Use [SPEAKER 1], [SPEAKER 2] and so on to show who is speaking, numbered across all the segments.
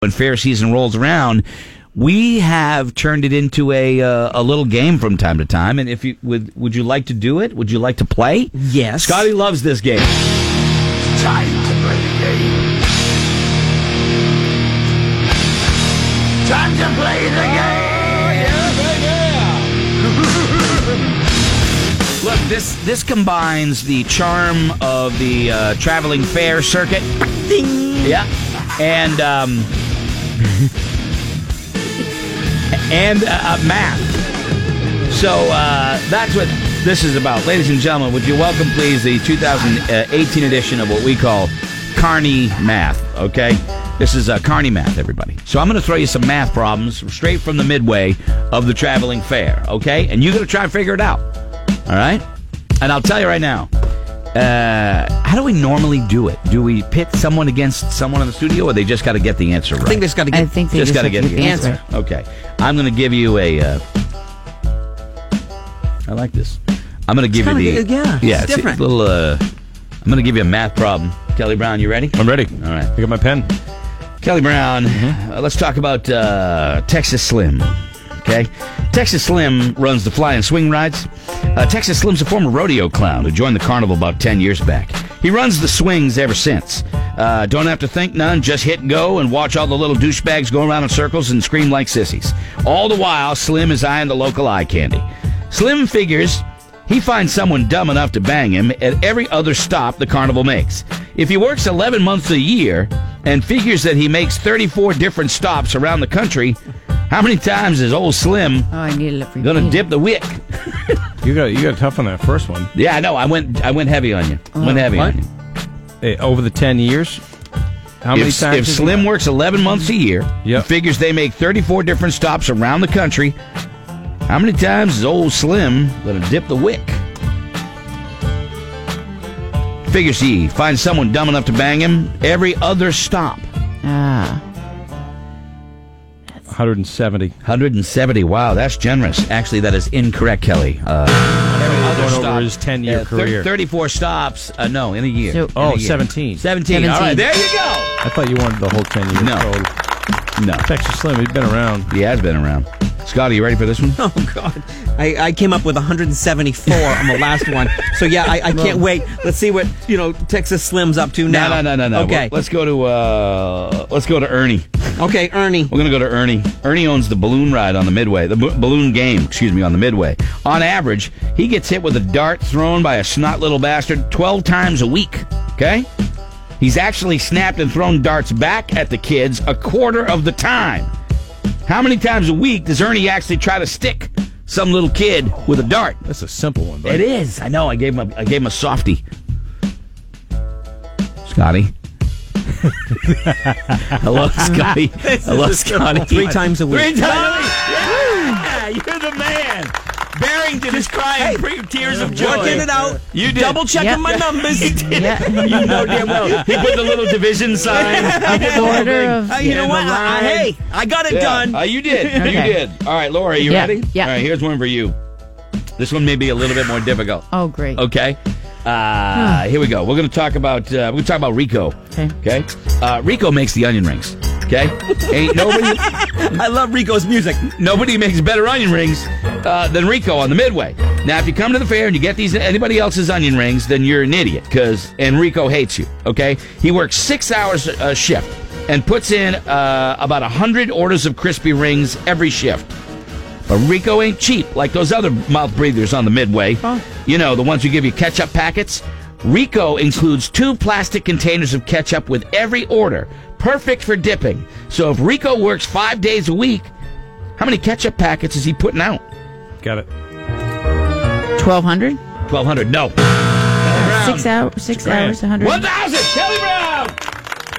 [SPEAKER 1] when fair season rolls around, we have turned it into a uh, a little game from time to time. And if you would, would you like to do it? Would you like to play?
[SPEAKER 2] Yes.
[SPEAKER 1] Scotty loves this game.
[SPEAKER 3] Time to play the game. Time to play the game.
[SPEAKER 1] Look, this this combines the charm of the uh, traveling fair circuit. Yeah, and um, and uh, uh, math. So uh, that's what this is about, ladies and gentlemen. Would you welcome, please, the 2018 edition of what we call Carney Math? Okay, this is uh, Carney Math, everybody. So I'm going to throw you some math problems straight from the midway of the traveling fair. Okay, and you're going to try and figure it out. All right? And I'll tell you right now. Uh, how do we normally do it? Do we pit someone against someone in the studio, or they just got to get the answer right?
[SPEAKER 2] I think they just got to
[SPEAKER 4] I
[SPEAKER 2] get.
[SPEAKER 4] think they
[SPEAKER 1] just,
[SPEAKER 4] just,
[SPEAKER 1] got to
[SPEAKER 4] have
[SPEAKER 1] get
[SPEAKER 4] to
[SPEAKER 1] the answer. Okay, I'm going to give you a. Uh, I like this. I'm going to give
[SPEAKER 2] kinda
[SPEAKER 1] you the.
[SPEAKER 2] good, yeah, it's
[SPEAKER 1] it's
[SPEAKER 2] different.
[SPEAKER 1] A little. Uh, I'm going to give you a math problem. Kelly Brown, you ready?
[SPEAKER 5] I'm ready.
[SPEAKER 1] All right.
[SPEAKER 5] I got my pen.
[SPEAKER 1] Kelly Brown, uh, let's talk about uh, Texas Slim. Okay? Texas Slim runs the fly and swing rides. Uh, Texas Slim's a former rodeo clown who joined the carnival about 10 years back. He runs the swings ever since. Uh, don't have to think none, just hit and go and watch all the little douchebags go around in circles and scream like sissies. All the while, Slim is eyeing the local eye candy. Slim figures he finds someone dumb enough to bang him at every other stop the carnival makes. If he works 11 months a year and figures that he makes 34 different stops around the country, how many times is old Slim
[SPEAKER 4] Oh, I need it for
[SPEAKER 1] gonna dip the wick?
[SPEAKER 5] You got you got tough on that first one.
[SPEAKER 1] Yeah, I know. I went. I went heavy on you. went heavy
[SPEAKER 5] what?
[SPEAKER 1] on you.
[SPEAKER 5] Eh, over the ten years, how many
[SPEAKER 1] if,
[SPEAKER 5] times?
[SPEAKER 1] if
[SPEAKER 5] is-
[SPEAKER 1] Slim works 11 months a year,
[SPEAKER 5] Yep.
[SPEAKER 1] and figures they make 34 different stops around the country, how many times is old Slim going to dip the wick? Figures he finds someone dumb enough to bang him every other stop.
[SPEAKER 4] Ah,
[SPEAKER 5] 170.
[SPEAKER 1] 170. Wow, that's generous. Actually, that is incorrect, Kelly. Uh, every other
[SPEAKER 5] going over
[SPEAKER 1] stop-
[SPEAKER 5] his 10-year
[SPEAKER 1] thir-
[SPEAKER 5] career.
[SPEAKER 1] 34 stops. Uh, no, in a year.
[SPEAKER 4] So-
[SPEAKER 1] In
[SPEAKER 5] Oh,
[SPEAKER 1] a year.
[SPEAKER 5] 17.
[SPEAKER 1] 17. All right, there you go.
[SPEAKER 5] I thought you wanted the whole 10 years.
[SPEAKER 1] No.
[SPEAKER 5] old.
[SPEAKER 1] No,
[SPEAKER 5] Texas Slim, he's been around.
[SPEAKER 1] he has been around. Scotty, you ready for this one?
[SPEAKER 2] Oh God! I, I came up with 174 on the last one, so yeah, I, I can't wait. Let's see what you know Texas Slim's up to now.
[SPEAKER 1] No, no, no, no, no.
[SPEAKER 2] Okay,
[SPEAKER 1] Let's go to uh, let's go to Ernie.
[SPEAKER 2] okay, Ernie.
[SPEAKER 1] We're gonna go to Ernie. Ernie owns the balloon ride on the midway, the b- balloon game, excuse me, on the midway. On average, he gets hit with a dart thrown by a snot little bastard 12 times a week. Okay, he's actually snapped and thrown darts back at the kids a quarter of the time. How many times a week does Ernie actually try to stick some little kid with a dart?
[SPEAKER 5] That's a simple one, but
[SPEAKER 1] It is. I know. I gave him. A, I gave him a softie. Scotty. Hello, Scotty. Hello, Scotty.
[SPEAKER 2] Three times a week.
[SPEAKER 1] Three times. Yeah, you're the man. Barrington is crying pre- tears of joy.
[SPEAKER 2] Working it out.
[SPEAKER 1] You did.
[SPEAKER 2] Double checking
[SPEAKER 4] Yeah.
[SPEAKER 2] my numbers.
[SPEAKER 4] yeah.
[SPEAKER 1] You know damn well. He put the little division sign. He did the whole
[SPEAKER 4] Order
[SPEAKER 1] thing.
[SPEAKER 4] of
[SPEAKER 2] Uh, you know
[SPEAKER 1] And
[SPEAKER 2] what?
[SPEAKER 1] the
[SPEAKER 2] I- I-
[SPEAKER 1] line.
[SPEAKER 2] hey, I got it
[SPEAKER 1] Yeah.
[SPEAKER 2] done.
[SPEAKER 1] Uh, you did.
[SPEAKER 4] Okay.
[SPEAKER 1] You did. All right, Laura, you
[SPEAKER 4] Yeah.
[SPEAKER 1] ready?
[SPEAKER 4] Yeah.
[SPEAKER 1] All right, here's one for you. This one may be a little bit more difficult.
[SPEAKER 4] Oh, great.
[SPEAKER 1] Okay. Uh, here we go. We're going to talk about uh, we're going to talk about Rico.
[SPEAKER 4] Okay.
[SPEAKER 1] Okay. Uh, Rico makes the onion rings. Okay. Ain't nobody
[SPEAKER 2] I love Rico's music.
[SPEAKER 1] nobody makes better onion rings uh, than Rico on the Midway. Now, if you come to the fair and you get these anybody else's onion rings, then you're an idiot because Enrico hates you. Okay, he works six hours a shift and puts in uh, about a hundred orders of crispy rings every shift. But Rico ain't cheap like those other mouth breathers on the Midway. You know, the ones who give you ketchup packets. Rico includes two plastic containers of ketchup with every order, perfect for dipping. So if Rico works five days a week, how many ketchup packets is he putting out?
[SPEAKER 5] got it.
[SPEAKER 4] 1,200?
[SPEAKER 1] 1,200. No.
[SPEAKER 4] Six, hour, six
[SPEAKER 5] grand.
[SPEAKER 4] hours, 100.
[SPEAKER 1] 1,000. Kelly Brown.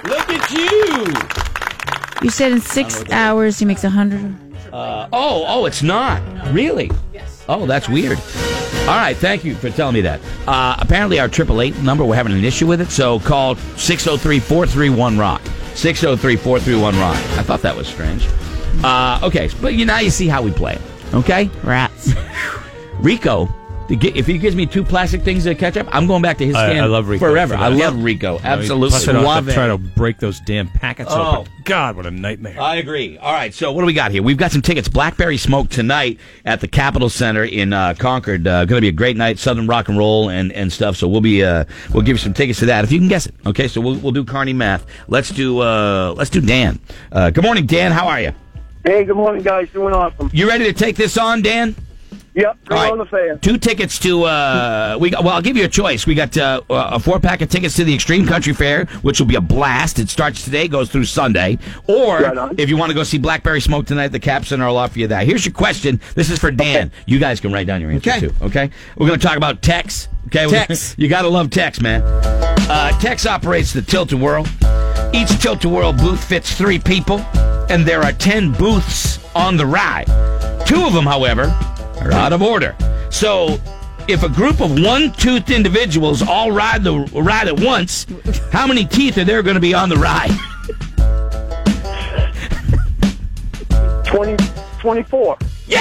[SPEAKER 1] Look at you.
[SPEAKER 4] You said in six hours he makes 100.
[SPEAKER 1] Uh, oh, oh, it's not. Really? Yes. Oh, that's weird. All right, thank you for telling me that. Uh, apparently, our 888 number, we're having an issue with it, so call 603 431 Rock. 603 431 Rock. I thought that was strange. Uh, okay, but you, now you see how we play it. Okay?
[SPEAKER 4] Rats.
[SPEAKER 1] Rico to get, if he gives me two plastic things to catch up, I'm going back to his
[SPEAKER 5] I-
[SPEAKER 1] stand
[SPEAKER 5] I love Rico
[SPEAKER 1] forever.
[SPEAKER 5] for
[SPEAKER 1] I
[SPEAKER 5] that.
[SPEAKER 1] love Rico. Absolutely.
[SPEAKER 5] Plus, I don't have to
[SPEAKER 1] Suave.
[SPEAKER 5] try to break those damn packets
[SPEAKER 1] Oh.
[SPEAKER 5] open. God, what a nightmare.
[SPEAKER 1] I agree. All right, so what do we got here? We've got some tickets. Blackberry Smoke tonight at the Capitol Center in uh, Concord. Uh, going to be a great night, Southern rock and roll and, and stuff. So we'll be uh, we'll give you some tickets to that if you can guess it. Okay, so we'll, we'll do Carney math. Let's do uh, let's do Dan. Uh, good morning, Dan. How are you?
[SPEAKER 6] Hey, good morning, guys. Doing awesome.
[SPEAKER 1] You ready to take this on, Dan?
[SPEAKER 6] Yep,
[SPEAKER 1] All
[SPEAKER 6] come on the fan.
[SPEAKER 1] Two tickets to uh, we got. Well, I'll give you a choice. We got uh, a four pack of tickets to the Extreme Country Fair, which will be a blast. It starts today, goes through Sunday. Or
[SPEAKER 6] Right on.
[SPEAKER 1] if you want to go see Blackberry Smoke tonight, the Cap Center will offer you that. Here's your question. This is for Dan. You guys can write down your answer
[SPEAKER 2] Okay.
[SPEAKER 1] too. Okay. We're going to talk about Tex. Okay.
[SPEAKER 2] Tex.
[SPEAKER 1] You got to love Tex, man. Uh, Tex operates the Tilt a Whirl. Each Tilt a Whirl booth fits three people, and there are 10 booths on the ride. Two of them, however, are out of order. So, if a group of one toothed individuals all ride the ride at once, how many teeth are there going to be on the ride?
[SPEAKER 6] 20, 24.
[SPEAKER 1] Yeah,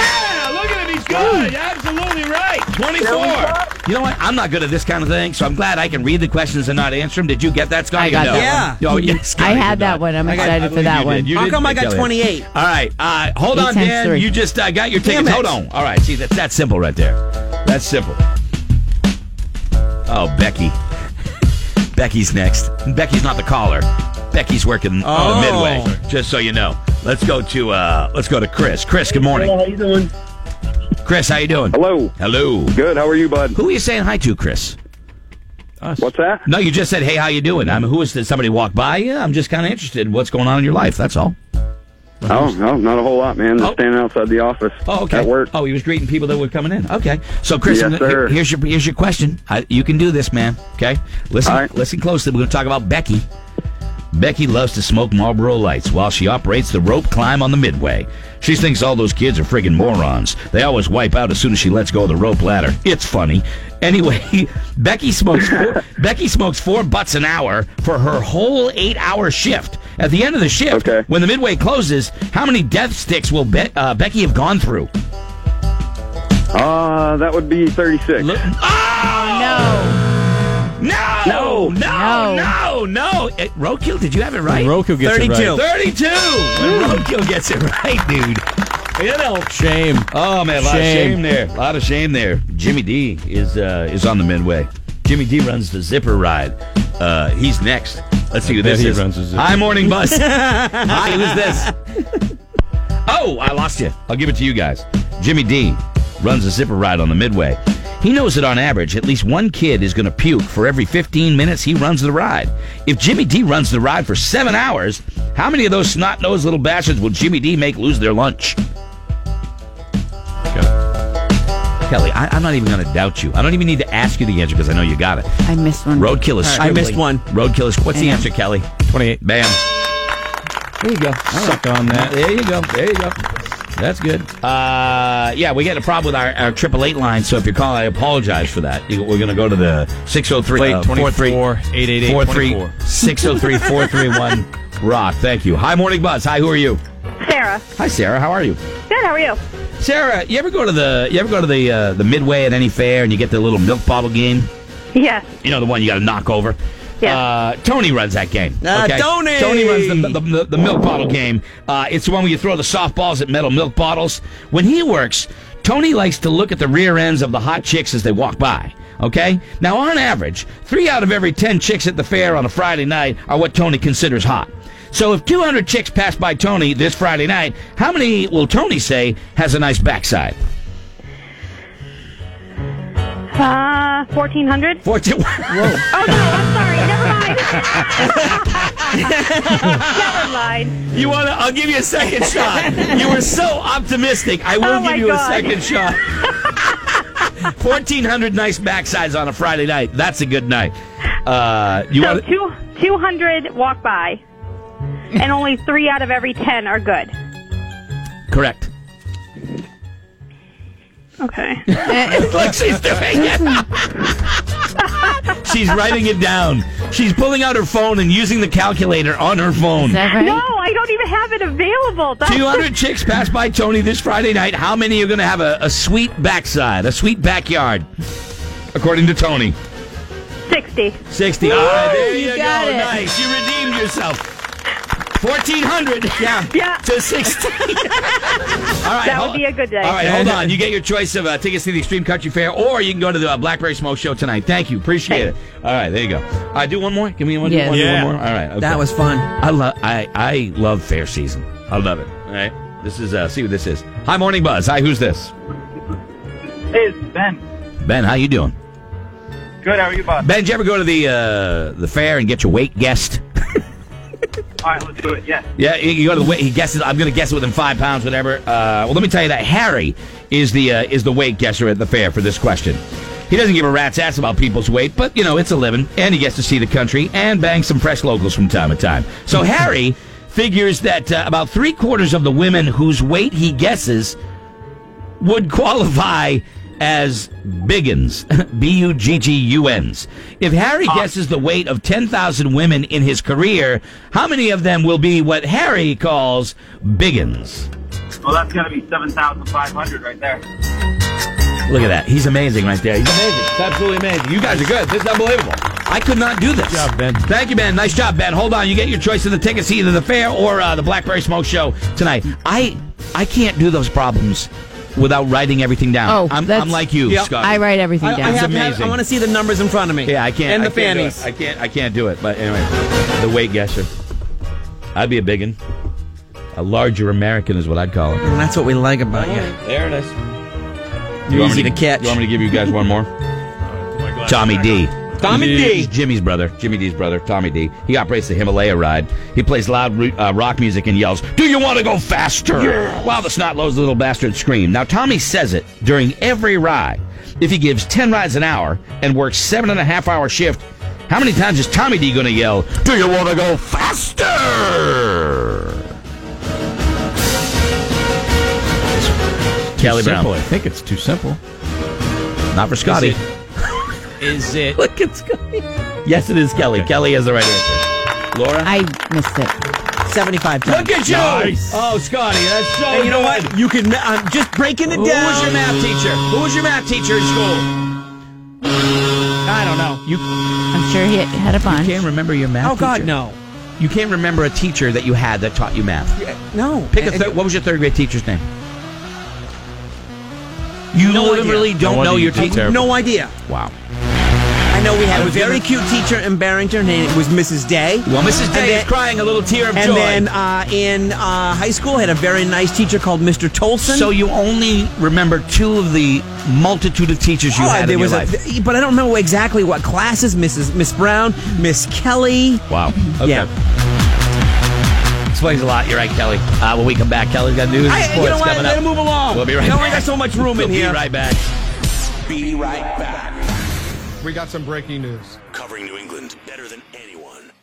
[SPEAKER 1] look at him. He's good. Absolutely right. 24.
[SPEAKER 6] There we go.
[SPEAKER 1] You know what? I'm not good at this kind of thing, so I'm glad I can read the questions and not answer them. Did you get that, Scott?
[SPEAKER 4] I
[SPEAKER 1] You
[SPEAKER 4] got
[SPEAKER 1] know.
[SPEAKER 4] that
[SPEAKER 1] Oh, yeah, Scott,
[SPEAKER 4] I
[SPEAKER 1] you
[SPEAKER 4] had
[SPEAKER 1] did
[SPEAKER 4] that
[SPEAKER 1] not.
[SPEAKER 4] one. I'm
[SPEAKER 1] I got- I
[SPEAKER 4] excited for
[SPEAKER 1] believe
[SPEAKER 4] that
[SPEAKER 1] you
[SPEAKER 4] one.
[SPEAKER 1] did. You
[SPEAKER 2] How
[SPEAKER 1] did
[SPEAKER 2] come I
[SPEAKER 1] take
[SPEAKER 2] got
[SPEAKER 1] that one.
[SPEAKER 2] 28?
[SPEAKER 1] All right. Uh, hold
[SPEAKER 4] Eight
[SPEAKER 1] on,
[SPEAKER 4] times
[SPEAKER 1] Dan.
[SPEAKER 4] three.
[SPEAKER 1] You just uh, got your
[SPEAKER 2] Damn
[SPEAKER 1] tickets. Hold
[SPEAKER 2] it.
[SPEAKER 1] on. All right. See, that's that simple right there. That's simple. Oh, Becky. Becky's next. Becky's not the caller. Becky's working
[SPEAKER 2] Oh.
[SPEAKER 1] on the midway. Just so you know. Let's go to uh, let's go to Chris. Chris, good morning.
[SPEAKER 6] you doing?
[SPEAKER 1] Chris, how you doing?
[SPEAKER 7] Hello.
[SPEAKER 1] Hello.
[SPEAKER 7] Good. How are you, bud?
[SPEAKER 1] Who are you saying hi to, Chris?
[SPEAKER 5] Us.
[SPEAKER 7] What's that?
[SPEAKER 1] No, you just said, "Hey, how you doing?" I mean, who is this? Somebody walk by? Yeah, I'm just kind of interested. in What's going on in your life? That's all.
[SPEAKER 7] Oh, no, not a whole lot, man. Just
[SPEAKER 1] Oh.
[SPEAKER 7] standing outside the office
[SPEAKER 1] Oh, okay.
[SPEAKER 7] at work.
[SPEAKER 1] Oh, he was greeting people that were coming in. Okay. So, Chris,
[SPEAKER 7] Yes,
[SPEAKER 1] I'm gonna-
[SPEAKER 7] sir.
[SPEAKER 1] here's your here's your question. I, you can do this, man. Okay. Listen,
[SPEAKER 7] All right.
[SPEAKER 1] listen closely. We're going to talk about Becky. Becky loves to smoke Marlboro Lights while she operates the rope climb on the midway. She thinks all those kids are friggin' morons. They always wipe out as soon as she lets go of the rope ladder. It's funny. Anyway, Becky smokes four, Becky smokes four butts an hour for her whole eight-hour shift. At the end of the shift,
[SPEAKER 7] Okay.
[SPEAKER 1] when the midway closes, how many death sticks will Be- uh, Becky have gone through? Oh.
[SPEAKER 7] Uh, that would be 36.
[SPEAKER 4] No.
[SPEAKER 1] No! Oh, No! No! No! No! Eh, Roadkill, did you have it right?
[SPEAKER 5] Roku gets it
[SPEAKER 2] 32.
[SPEAKER 5] right.
[SPEAKER 1] 32! Roadkill gets it right, dude. You know.
[SPEAKER 5] Shame.
[SPEAKER 1] Oh man, a lot
[SPEAKER 5] Shame.
[SPEAKER 1] of shame there. A lot of shame there. Jimmy D is uh, is on the midway. Jimmy D runs the zipper ride. Uh, he's next. Let's see who
[SPEAKER 5] bet
[SPEAKER 1] this
[SPEAKER 5] he
[SPEAKER 1] is.
[SPEAKER 5] runs the zipper.
[SPEAKER 1] Hi, morning bus. Hi, who's this? Oh, I lost you. I'll give it to you guys. Jimmy D runs a zipper ride on the midway. He knows that on average, at least one kid is going to puke for every 15 minutes he runs the ride. If Jimmy D runs the ride for seven hours, how many of those snot-nosed little bastards will Jimmy D make lose their lunch? Kelly, I, I'm not even going to doubt you. I don't even need to ask you the answer because I know you got it.
[SPEAKER 4] I missed one.
[SPEAKER 1] Roadkill is.
[SPEAKER 2] I missed
[SPEAKER 1] scribbly.
[SPEAKER 2] one.
[SPEAKER 1] Roadkill is. What's the
[SPEAKER 4] Yeah.
[SPEAKER 1] answer, Kelly?
[SPEAKER 5] 28.
[SPEAKER 1] Bam. There you go.
[SPEAKER 5] Suck on that.
[SPEAKER 1] There you go. There you go. That's good. Uh, yeah, we got a problem with our, our triple eight line, so if you're calling, I apologize for that. You- We're going to go to the 603
[SPEAKER 5] Plate
[SPEAKER 1] uh,
[SPEAKER 5] 24 888 24.
[SPEAKER 1] 603 431 Rock. Thank you. Hi, Morning Buzz. Hi, who are you?
[SPEAKER 8] Sarah.
[SPEAKER 1] Hi, Sarah. How are you?
[SPEAKER 8] Good, how are you?
[SPEAKER 1] Sarah, you ever go to the you ever go to the uh, the midway at any fair and you get the little milk bottle game?
[SPEAKER 8] Yes.
[SPEAKER 1] You know the one you got to knock over.
[SPEAKER 8] Yeah.
[SPEAKER 1] Uh, Tony runs that game.
[SPEAKER 2] Ah, Tony!
[SPEAKER 1] Tony runs the, the, the, the milk bottle game. Uh, it's the one where you throw the softballs at metal milk bottles. When he works, Tony likes to look at the rear ends of the hot chicks as they walk by. Okay? Now, on average, three out of every 10 chicks at the fair on a Friday night are what Tony considers hot. So if 200 chicks pass by Tony this Friday night, how many will Tony say has a nice backside?
[SPEAKER 8] Uh, 1400?
[SPEAKER 1] 14.
[SPEAKER 8] Oh, no, I'm sorry. Never mind. Never mind.
[SPEAKER 1] You want to? I'll give you a second shot. You were so optimistic. I will
[SPEAKER 8] Oh my
[SPEAKER 1] give you
[SPEAKER 8] God.
[SPEAKER 1] a second shot. 1,400 nice backsides on a Friday night. That's a good night. Uh, you
[SPEAKER 8] So,
[SPEAKER 1] want to?
[SPEAKER 8] two, 200 walk by, and only three out of every 10 are good.
[SPEAKER 1] Correct.
[SPEAKER 8] Okay.
[SPEAKER 1] Look, she's doing it. She's writing it down. She's pulling out her phone and using the calculator on her phone.
[SPEAKER 4] Is that right?
[SPEAKER 8] No, I don't even have it available. That's
[SPEAKER 1] 200 chicks pass by Tony this Friday night. How many are going to have a, a sweet backside, a sweet backyard? According to Tony.
[SPEAKER 8] 60.
[SPEAKER 1] 60. All right, Ah, there you,
[SPEAKER 4] You
[SPEAKER 1] go.
[SPEAKER 4] got it.
[SPEAKER 1] Nice. You redeemed yourself. 1400. Yeah.
[SPEAKER 8] Yeah.
[SPEAKER 1] To 60. All right.
[SPEAKER 8] That
[SPEAKER 1] hold-
[SPEAKER 8] would be a good day.
[SPEAKER 1] All right, hold on. You get your choice of uh, tickets to the Extreme Country Fair, or you can go to the uh, Blackberry Smoke Show tonight. Thank you. Appreciate it. All right, there you go. All right, do one more. Give me one,
[SPEAKER 4] Yes.
[SPEAKER 1] one,
[SPEAKER 5] Yeah.
[SPEAKER 1] one more. All right. okay.
[SPEAKER 2] That was fun.
[SPEAKER 1] I love I I love fair season. I love it. All right. This is uh see what this is. Hi morning buzz. Hi, who's this?
[SPEAKER 6] Hey, it's Ben.
[SPEAKER 1] Ben, how you doing?
[SPEAKER 6] Good, how are you, bud?
[SPEAKER 1] Ben, did you ever go to the uh the fair and get your weight guessed?
[SPEAKER 6] All right, let's do it, yeah.
[SPEAKER 1] Yeah, you- you go to the weight. He guesses. I'm going to guess it within five pounds, whatever. Uh, well, let me tell you that Harry is the uh, is the weight guesser at the fair for this question. He doesn't give a rat's ass about people's weight, but you know it's a living, and he gets to see the country and bang some fresh locals from time to time. So Harry figures that uh, about three quarters of the women whose weight he guesses would qualify as biggins, B U G G U N's. If Harry guesses the weight of 10,000 women in his career, how many of them will be what Harry calls biggins?
[SPEAKER 6] Well, that's got to be 7,500 right there.
[SPEAKER 1] Look at that. He's amazing right there. He's amazing. It's absolutely amazing. You guys are good. This is unbelievable. I could not do this.
[SPEAKER 5] Good job, Ben.
[SPEAKER 1] Thank you, Ben. Nice job, Ben. Hold on. You get your choice of the tickets, to either the fair or uh, the Blackberry Smoke Show tonight. I I can't do those problems without writing everything down.
[SPEAKER 4] Oh,
[SPEAKER 1] I'm,
[SPEAKER 4] that's-
[SPEAKER 1] I'm like you,
[SPEAKER 2] Yep.
[SPEAKER 1] Scott.
[SPEAKER 4] I write everything
[SPEAKER 2] I, I,
[SPEAKER 4] down.
[SPEAKER 2] have,
[SPEAKER 1] amazing.
[SPEAKER 2] I want to see the numbers in front of me.
[SPEAKER 1] Yeah, I can't.
[SPEAKER 2] And the
[SPEAKER 1] I can't do
[SPEAKER 2] fannies.
[SPEAKER 1] it. I can't. I can't do it. But anyway, the weight guesser. I'd be a biggin. A larger American is what I'd call it.
[SPEAKER 2] And that's what we like about you.
[SPEAKER 1] There it is.
[SPEAKER 2] You're easy to catch.
[SPEAKER 1] You want me to give you guys one more? Tommy D.
[SPEAKER 2] Tommy
[SPEAKER 1] He's
[SPEAKER 2] D.
[SPEAKER 1] Jimmy's brother. Jimmy D's brother, Tommy D. He operates the Himalaya ride. He plays loud uh, rock music and yells, Do you want to go faster? While the snot nosed little bastard scream. Now, Tommy says it during every ride. If he gives 10 rides an hour and works seven and a half hour shift, how many times is Tommy D going to yell, Do you want to go faster? Kelly
[SPEAKER 5] Too simple.
[SPEAKER 1] Brown.
[SPEAKER 5] I think it's too simple.
[SPEAKER 1] Not for Scotty.
[SPEAKER 5] Is Is it?
[SPEAKER 1] Look, it's Kelly. Yes, it is Kelly.
[SPEAKER 5] Okay.
[SPEAKER 1] Kelly has the right answer. Laura?
[SPEAKER 4] I missed it.
[SPEAKER 2] 75 times.
[SPEAKER 1] Look at you!
[SPEAKER 5] Nice.
[SPEAKER 1] Oh, Scotty, that's so
[SPEAKER 2] Hey, you know
[SPEAKER 1] good.
[SPEAKER 2] what? You can. I'm just breaking it
[SPEAKER 1] Who
[SPEAKER 2] down.
[SPEAKER 1] was your math teacher? Who was your math teacher in school?
[SPEAKER 2] I don't know.
[SPEAKER 4] I'm sure he had a bunch.
[SPEAKER 1] Can't remember your math.
[SPEAKER 2] Oh God, no,
[SPEAKER 1] You can't remember a teacher that you had that taught you math.
[SPEAKER 2] no.
[SPEAKER 1] Pick a
[SPEAKER 2] And-
[SPEAKER 1] third. What was your third grade teacher's name? You
[SPEAKER 2] No
[SPEAKER 1] literally
[SPEAKER 2] idea.
[SPEAKER 1] don't
[SPEAKER 5] No
[SPEAKER 1] know
[SPEAKER 5] idea.
[SPEAKER 1] your
[SPEAKER 5] That's
[SPEAKER 1] teacher.
[SPEAKER 2] No idea.
[SPEAKER 1] Wow.
[SPEAKER 2] I know we had a
[SPEAKER 1] was
[SPEAKER 2] very
[SPEAKER 1] given-
[SPEAKER 2] cute teacher in Barrington. Her name was Mrs. Day.
[SPEAKER 1] Well, Mrs.
[SPEAKER 2] And
[SPEAKER 1] Day
[SPEAKER 2] then-
[SPEAKER 1] is crying a little tear of
[SPEAKER 2] And
[SPEAKER 1] joy.
[SPEAKER 2] then uh, in uh, high school, had a very nice teacher called Mr. Tolson.
[SPEAKER 1] so you only remember two of the multitude of teachers you
[SPEAKER 2] Oh,
[SPEAKER 1] had
[SPEAKER 2] there
[SPEAKER 1] in
[SPEAKER 2] was
[SPEAKER 1] your
[SPEAKER 2] a,
[SPEAKER 1] life.
[SPEAKER 2] th- but I don't know exactly what classes. Mrs. Miss Brown, Miss Kelly.
[SPEAKER 1] wow. Okay.
[SPEAKER 2] Yeah.
[SPEAKER 1] Explains a lot. You're right, Kelly. Uh, when we come back, Kelly's got news and
[SPEAKER 2] I,
[SPEAKER 1] sports
[SPEAKER 2] you know what?
[SPEAKER 1] coming
[SPEAKER 2] Let
[SPEAKER 1] up.
[SPEAKER 2] it move along.
[SPEAKER 1] We'll be right
[SPEAKER 2] I
[SPEAKER 1] back.
[SPEAKER 2] only got so much room
[SPEAKER 1] We'll
[SPEAKER 2] in here.
[SPEAKER 1] Be right back.
[SPEAKER 3] Be right back.
[SPEAKER 9] We got some breaking news.
[SPEAKER 3] Covering New England better than anyone.